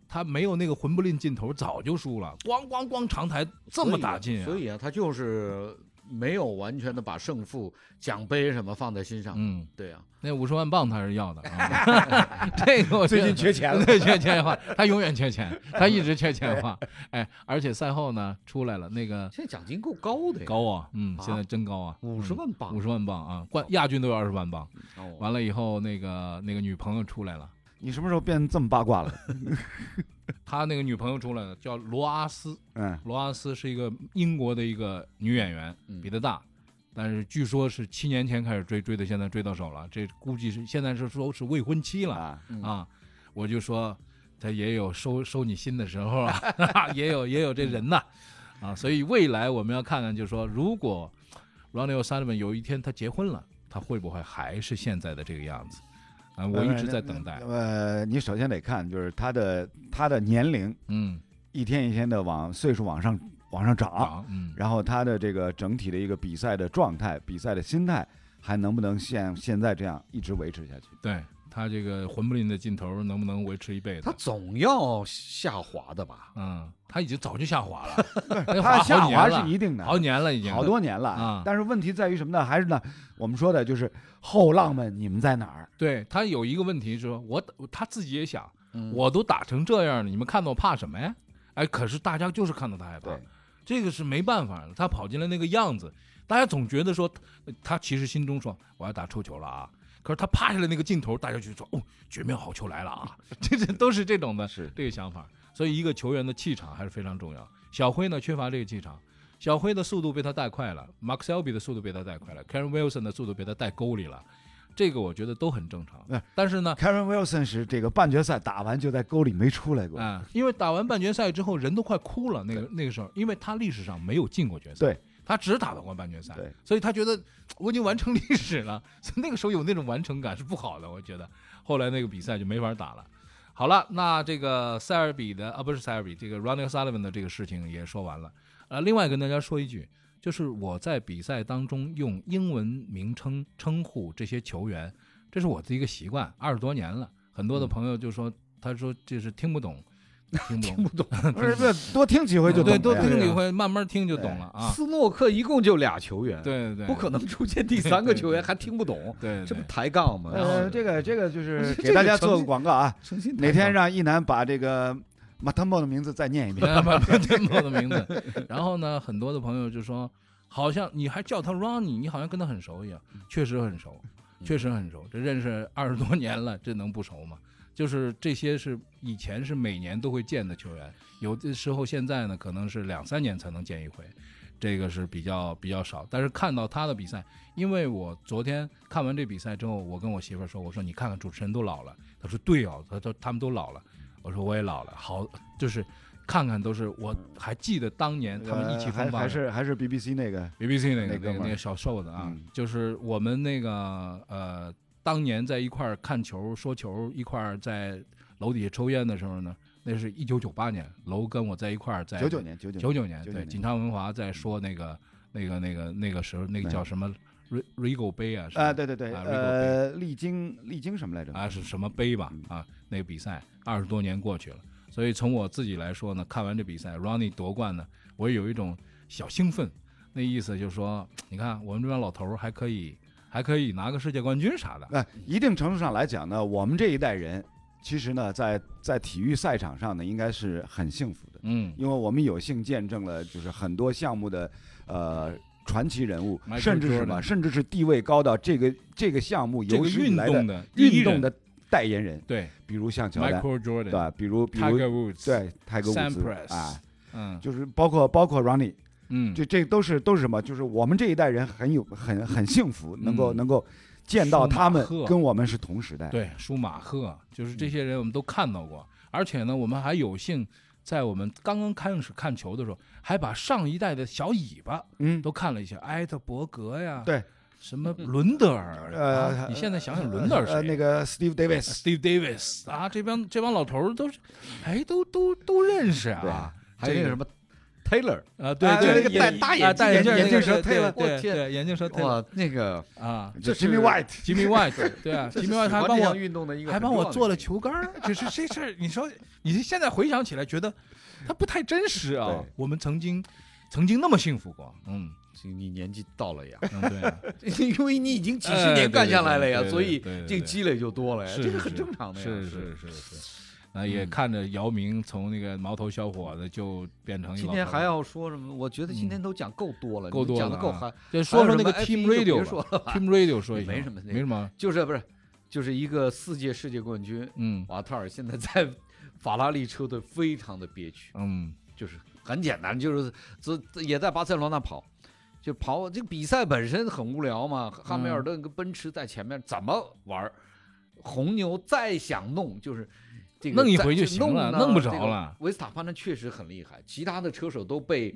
他没有那个魂不吝劲头，早就输了，咣咣咣长台这么打进、啊所以啊，他就是没有完全的把胜负、奖杯什么放在心上。嗯，对啊，那五十万镑他是要的啊， 这个我觉最得。近缺钱 了对，缺钱花，他永远缺钱，他一直缺钱花，哎，而且赛后呢出来了那个现在奖金够高的呀，高啊，嗯，啊现在真高啊，五十万镑五。十万镑啊，冠亚军都要二十万镑，哦，完了以后那个那个女朋友出来了。你什么时候变这么八卦了？他那个女朋友出来了，叫罗阿斯， 嗯，罗阿斯是一个英国的一个女演员，嗯比他大，但是据说是七年前开始追，追的现在追到手了，这估计是现在是说是未婚妻了 啊，嗯啊我就说他也有收收你心的时候啊， 也有也有这人呐嗯啊，所以未来我们要看看，就是说如果 Ronnie O'Sullivan 有一天他结婚了，他会不会还是现在的这个样子？啊，我一直在等待，呃，你首先得看，就是他的他的年龄嗯，一天一天的往岁数往上往上涨，啊，嗯，然后他的这个整体的一个比赛的状态、比赛的心态，还能不能像现在这样一直维持下去？对他这个魂不吝的劲头能不能维持一辈子？他总要下滑的吧？嗯，他已经早就下滑 了，那他滑下好几年滑了是一定的，好几年了已经，好多年了啊但是问题在于什么呢？还是呢，我们说的就是后浪们，你们在哪儿？对他有一个问题是说，我他自己也想，嗯我都打成这样了，你们看到我怕什么呀？哎，可是大家就是看到他害怕对，这个是没办法的。他跑进来那个样子，大家总觉得说呃他其实心中说我要打臭球了啊，可是他趴下来那个劲头，大家就说哦，绝妙好球来了 啊，这这都是这种的是这个想法。所以一个球员的气场还是非常重要。小辉呢缺乏这个气场，小辉的速度被他带快了，Mark Selby 的速度被他带快了，Karen Wilson 的速度被他带沟里了，这个我觉得都很正常哎。但是呢， Karen Wilson 是这个半决赛打完就在沟里没出来过，啊、因为打完半决赛之后，人都快哭了。那个那个时候，因为他历史上没有进过决赛，对他只打到过半决赛对，所以他觉得嘖我已经完成历史了。 所以那个时候有那种完成感是不好的，我觉得。后来那个比赛就没法打了。好了，那这个塞尔比的啊，不是塞尔比，这个 Ronnie Sullivan 的这个事情也说完了。呃，另外跟大家说一句，就是我在比赛当中用英文名称称呼这些球员，嗯这是我的一个习惯，二十多年了。很多的朋友就说，他说这是听不懂听懂听不懂，不 是不是，多听几回就对，懂多了呀听啊几回，慢慢听就懂了啊。斯诺克一共就俩球员，，对对对，不可能出现第三个球员还听不懂，对，这对不抬杠吗？然后哦 呃，这个这个就是这给大个家成做绩个广告啊，诚心哪天让一楠把这个马特莫的名字再念一遍。把天猫的名字。然后呢，很多的朋友就说，好像你还叫他 Ronnie，你好像跟他很熟一样，嗯确实很熟，确实很熟，这认识二十多年了，这能不熟吗？就是这些是以前是每年都会见的球员，有的时候现在呢可能是两三年才能见一回，这个是比较比较少。但是看到他的比赛，因为我昨天看完这比赛之后，我跟我媳妇儿说，我说你看看主持人都老了，她说对哦，她说他们都老了，我说我也老了，好就是看看都是我还记得当年 他们意气呃还风发还的。是还是 BBC 那个 BBC 那个那那哥个们儿那个小瘦子啊，嗯就是我们那个呃，当年在一块儿看球、说球，一块儿在楼底下抽烟的时候呢，那是一九九八年，楼跟我在一块儿在九九年九九九九年， 99对，年锦昌文华在说那个那个那个那个时候，那个叫什么 Re- Rego 杯啊？是吧啊，对对对，啊呃，历经历经什么来着？啊是什么杯吧啊，那个比赛二十多年过去了，所以从我自己来说呢，看完这比赛，Ronnie 夺冠呢，我有一种小兴奋，那意思就是说，你看我们这帮老头儿还可以还可以拿个世界冠军啥的，那、一定程度上来讲呢，我们这一代人，其实呢，在在体育赛场上呢，应该是很幸福的，嗯，因为我们有幸见证了就是很多项目的呃传奇人物， Michael 甚至是什 Jordan 么，甚至是地位高到这个这个项目这有个史以运来动的的第一人运动的代言人，对比如像乔丹， Michael 对 Jordan、吧？比如比如 Tiger Woods，，对泰格伍兹 Sampras 啊，嗯就是包括包括 Ronnie。嗯，这这都是都是什么？就是我们这一代人很有很很幸福，能够嗯能够见到他们舒马赫跟我们是同时代。，对，舒马赫，就是嗯这些人我们都看到过，而且呢，我们还有幸在我们刚刚开始看球的时候，还把上一代的小尾巴嗯，都看了一下，埃特伯格呀，对，什么伦德尔，啊呃你现在想想伦德尔谁？呃那个 Steve Davis， Steve Davis 啊，这帮这帮老头儿都是，哎，都都都认识啊，还有这那个个什么 Taylor，啊，对啊对，那个戴大眼啊戴眼镜镜儿那眼个镜蛇对退了对对我天对眼镜蛇退了哇，那个啊就这 Jimmy 是 White， ，Jimmy White 对啊 这是，Jimmy White 喜还欢帮这我项运动的一个，还帮我做了。球杆儿，就是这事儿，你说你现在回想起来，觉得它不太真实啊对。我们曾经曾经那么幸福过，嗯，你年纪到了呀，嗯对 啊，因为你已经几哎十对年对干下对来了呀，对所对以对对这个对积累就多了呀，是哎这个是很正常的呀。是是嗯是是是。那也看着姚明从那个毛头小伙子就变成一个今老天头还儿要说什么？我觉得今天都讲够多了，够你们多讲了的够啊嗨，就说说还有那个什么 Team FE 就别 Radio 说吧了吧 Team Radio 说一下，没什么那没什么，就是不是，就是一个世界世界冠军嗯瓦特尔现在在法拉利车队非常的憋屈，嗯就是很简单，就是这也在巴塞罗那跑，就跑这个比赛本身很无聊嘛。汉密尔顿跟奔驰在前面怎么玩儿？红牛再想弄就是这个弄一再回就去行弄了呢弄不着这个了维斯塔潘呢确实很厉害，其他的车手都被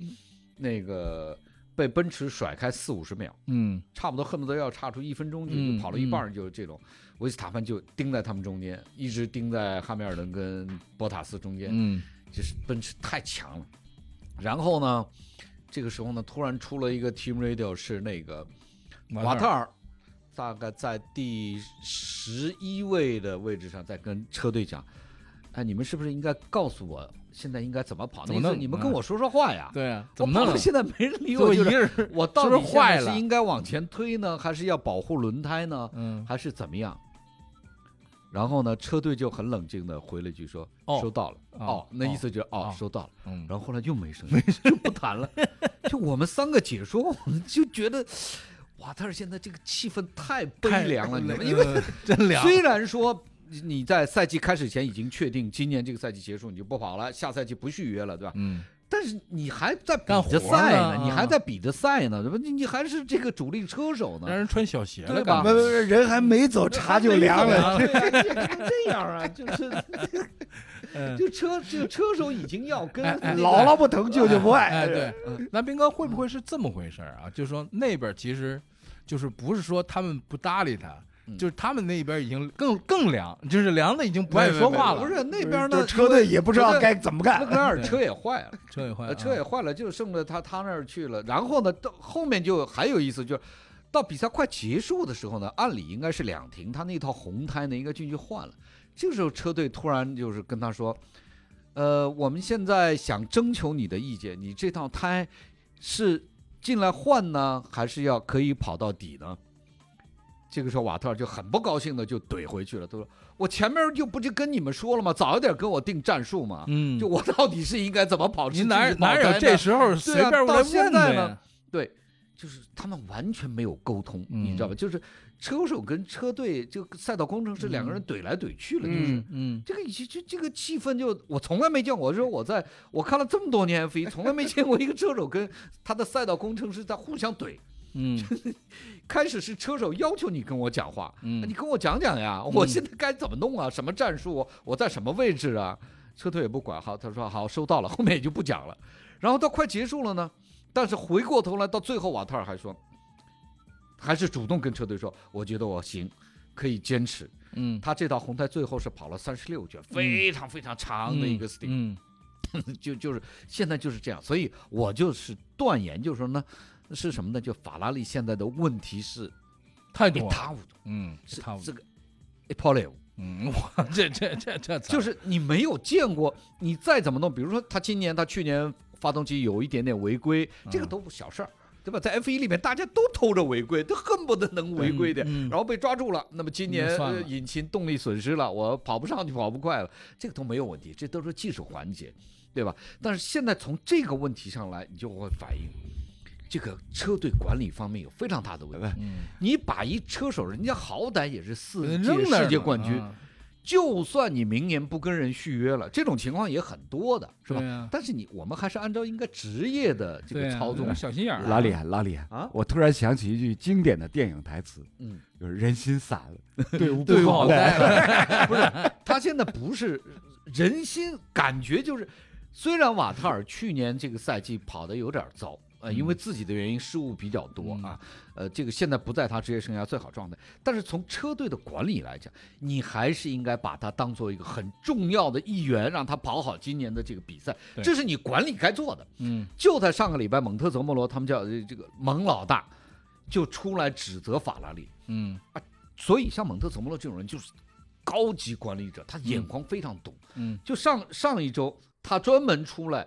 那个被奔驰甩开四五十秒。嗯差不多恨不得要差出一分钟去，嗯就跑了一半儿就这种。维斯塔潘就盯在他们中间，一直盯在汉密尔顿跟博塔斯中间，嗯就是奔驰太强了。然后呢，这个时候呢，突然出了一个 Team Radio，是那个瓦特尔，大概在第十一位的位置上，在跟车队讲：“哎，你们是不是应该告诉我现在应该怎么跑？怎么那意思弄你们嗯跟我说说话呀。”对啊，我怎么跑弄到？现在没人理就我，一就是个 人我是到底不是现在坏了是应该往前推呢，还是要保护轮胎呢，嗯还是怎么样？然后呢，车队就很冷静的回了一句说：“哦收到了。”哦哦，那意思就是哦哦，收到了。嗯，然后后来又 没声音，就不谈了。就我们三个解说，我们就觉得，哇，但是现在这个气氛太悲凉了，你知道吗？因为呃嗯真凉，虽然说你在赛季开始前已经确定今年这个赛季结束你就不跑了，下赛季不续约了，对吧？嗯但是你还在比干着活赛呢呢，你啊还在比着赛呢，对吧？你你还是这个主力车手让呢，人穿小鞋了，对干嘛吧不不不人还没走，茶就凉 了。对啊这样啊，就是嗯 就车就车手已经要跟哎哎姥姥不疼，舅舅不哎，爱。对，嗯那斌哥会不会是这么回事儿啊？就是说那边其实，就是不是说他们不搭理他，嗯就是他们那边已经更更凉，就是凉的已经不爱说话了。不是那边呢就，车队也不知道车队该怎 么勒干。克莱尔车也坏了，车也啊坏呃了，嗯车也坏了，就剩了他他那儿去了。然后呢，到后面就还有意思，就是到比赛快结束的时候呢，按理应该是两停，他那套红胎呢应该进去换了。这个时候车队突然就是跟他说：“呃，我们现在想征求你的意见，你这套胎是进来换呢，还是要可以跑到底呢？这个时候，瓦特尔就很不高兴的就怼回去了，他说：“我前面就不就跟你们说了吗？早一点跟我定战术嘛。嗯就我到底是应该怎么跑？你是哪继续跑哪有开这呢啊时候随便过来问到现在的呢呀？对，就是他们完全没有沟通，嗯你知道吧？就是车手跟车队，这个赛道工程师两个人怼来怼去了，就是。嗯嗯，这个这这这个气氛就我从来没见过，我说我在我看了这么多年 F1，从来没见过一个车手跟他的赛道工程师在互相怼。 嗯开始是车手要求你跟我讲话，嗯你跟我讲讲呀，我现在该怎么弄啊？什么战术？我在什么位置啊？车队也不管，好，他说好，收到了，后面也就不讲了。然后到快结束了呢，但是回过头来到最后，瓦特尔还说，还是主动跟车队说，我觉得我行，可以坚持。嗯，他这道红牌最后是跑了三十六圈，非常非常长的一个 stint，、嗯，就就是现在就是这样，所以我就是断言，就是说呢，是什么呢？就法拉利现在的问题是态一度，塌糊涂，嗯，是他，这个哎 a p o l o 嗯，我这这这这咋，就是你没有见过，你再怎么弄，比如说他今年他去年发动机有一点点违规，这个嗯都不小事儿，对吧？在 F 一里面大家都偷着违规，都恨不得能违规的，嗯嗯然后被抓住了。那么今那年、算呃、了引擎动力损失了，我跑不上去，跑不快了，这个都没有问题，这都是技术环节，对吧？但是现在从这个问题上来，你就会反映。这个车队管理方面有非常大的问题。嗯你把一车手，人家好歹也是四届扔那儿世界了冠军，啊就算你明年不跟人续约了，这种情况也很多的，是吧？对啊但是你我们还是按照应该职业的这对个啊操纵，小心眼儿，拉厉害，拉厉害啊我突然想起一句经典的电影台词，嗯，就是“人心散了，队伍对不好带带。不是，他现在不是人心，感觉就是，虽然瓦特尔去年这个赛季跑得有点糟。呃，嗯因为自己的原因失误比较多啊，呃，这个现在不在他职业生涯最好状态，但是从车队的管理来讲，你还是应该把他当做一个很重要的一员，让他跑好今年的这个比赛，对这是你管理该做的。嗯就在上个礼拜，蒙特泽莫罗他们叫呃这个蒙老大就出来指责法拉利，嗯所以像蒙特泽莫罗这种人就是高级管理者，他眼光非常懂。嗯就上上一周，他专门出来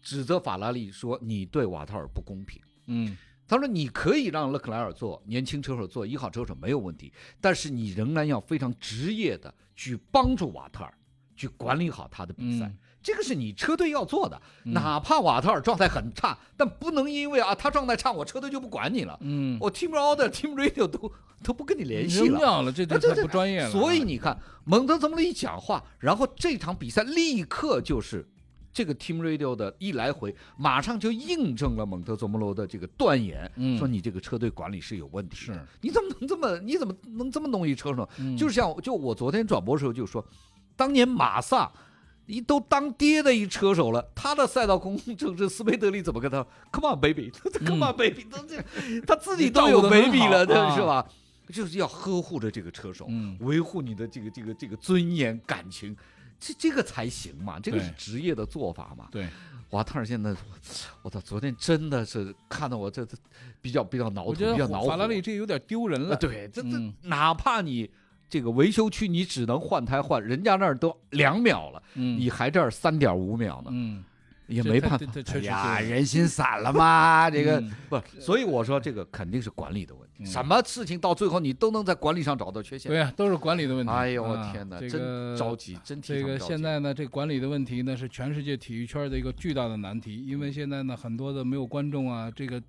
指责法拉利说你对瓦特尔不公平。嗯他说：“你可以让勒克莱尔做年轻车手做一号车手没有问题，但是你仍然要非常职业的去帮助瓦特尔，去管理好他的比赛，嗯这个是你车队要做的。哪怕瓦特尔状态很差，但不能因为啊他状态差，我车队就不管你了。嗯，我 Team Order、Team Radio 都都不跟你联系扔了。”掉了，这啊这太不专业了啊。所以你看，蒙德泽莫里一讲话，然后这场比赛立刻就是这个 Team Radio 的一来回，马上就印证了蒙德泽莫罗的这个断言，嗯说你这个车队管理是有问题的。是你怎么能这么你怎么能这么弄一车手？嗯就是像就我昨天转播的时候就说，当年马萨。一都当爹的一车手了，他的赛道工程师斯佩德利怎么跟他？Come on baby，Come on baby，他嗯这他自己都有照顾得 baby 很好了，啊这是吧？就是要呵护着这个车手，嗯维护你的这个这个这个尊严感情，这这个才行嘛，这个对是职业的做法嘛。对，瓦特尔现在，我操，昨天真的是看得我这这比较比较恼我火，觉得比较恼火。法拉利这有点丢人啊，了。对，这这、嗯哪怕你这个维修区你只能换胎换，人家那儿都两秒了，嗯你还这儿三点五秒呢，嗯，也这没太办法这。这确实哎呀，是人心散了 嘛，这个嗯不，所以我说这个肯定是管理的问题。嗯什么事情到最后你都能在管理上找到缺陷。对呀，啊都是管理的问题。哎呦，我啊天哪，这真个着急，真替这他们个着急现在呢，这管理的问题呢是全世界体育圈的一个巨大的难题，因为现在呢很多的没有观众啊，这个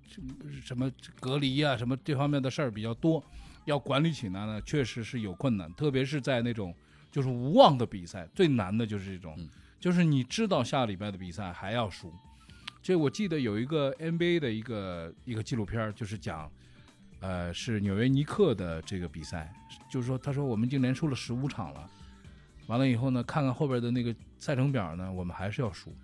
什么隔离啊，什么这方面的事儿比较多，要管理起来呢确实是有困难，特别是在那种就是无望的比赛，最难的就是这种，嗯就是你知道下礼拜的比赛还要输。这我记得有一个 NBA 的一个一个纪录片儿，就是讲，呃，是纽约尼克的这个比赛，就是说他说我们已经连输了十五场了。完了以后呢，看看后边的那个赛程表呢，我们还是要 输。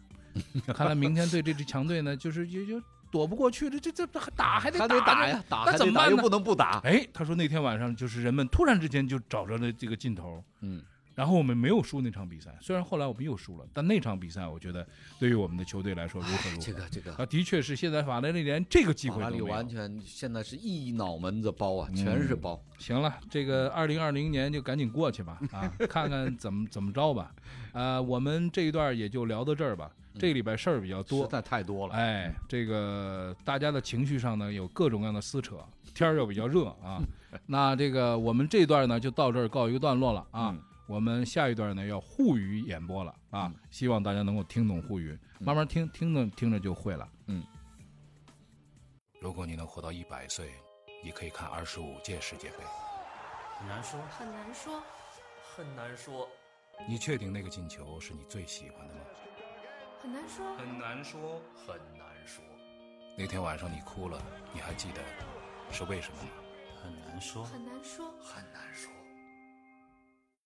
看来明天对这支强队呢，就是就就躲不过去了，这这这打还得还打得打着呀，打那还怎得么打，办又呢不能不打。哎，他说那天晚上就是人们突然之间就找着了这个劲头，嗯，然后我们没有输那场比赛，虽然后来我们又输了，但那场比赛我觉得对于我们的球队来说如何如何。哎这个这个啊，的确是现在法兰利连这个机法会拉都利没有嗯完。全现在是一脑门子包啊，全是包。行了，这个二零二零年就赶紧过去吧， 啊，看看怎么怎么着吧。啊，我们这一段也就聊到这儿吧。嗯这个礼拜事儿比较多实，在太多了。哎，这个大家的情绪上呢有各种各样的撕扯，天儿又比较热啊。那这个我们这段呢就到这儿告一个段落了啊。我们下一段呢要沪语演播了啊，希望大家能够听懂沪语，慢慢听，听着听着就会了。如果你能活到一百岁，你可以看二十五届世界杯。很难说，很难说，很难说，你确定那个进球是你最喜欢的吗？很难说，很难说，很难说，那天晚上你哭了，你还记得是为什么吗？很难说，很难说，很难说。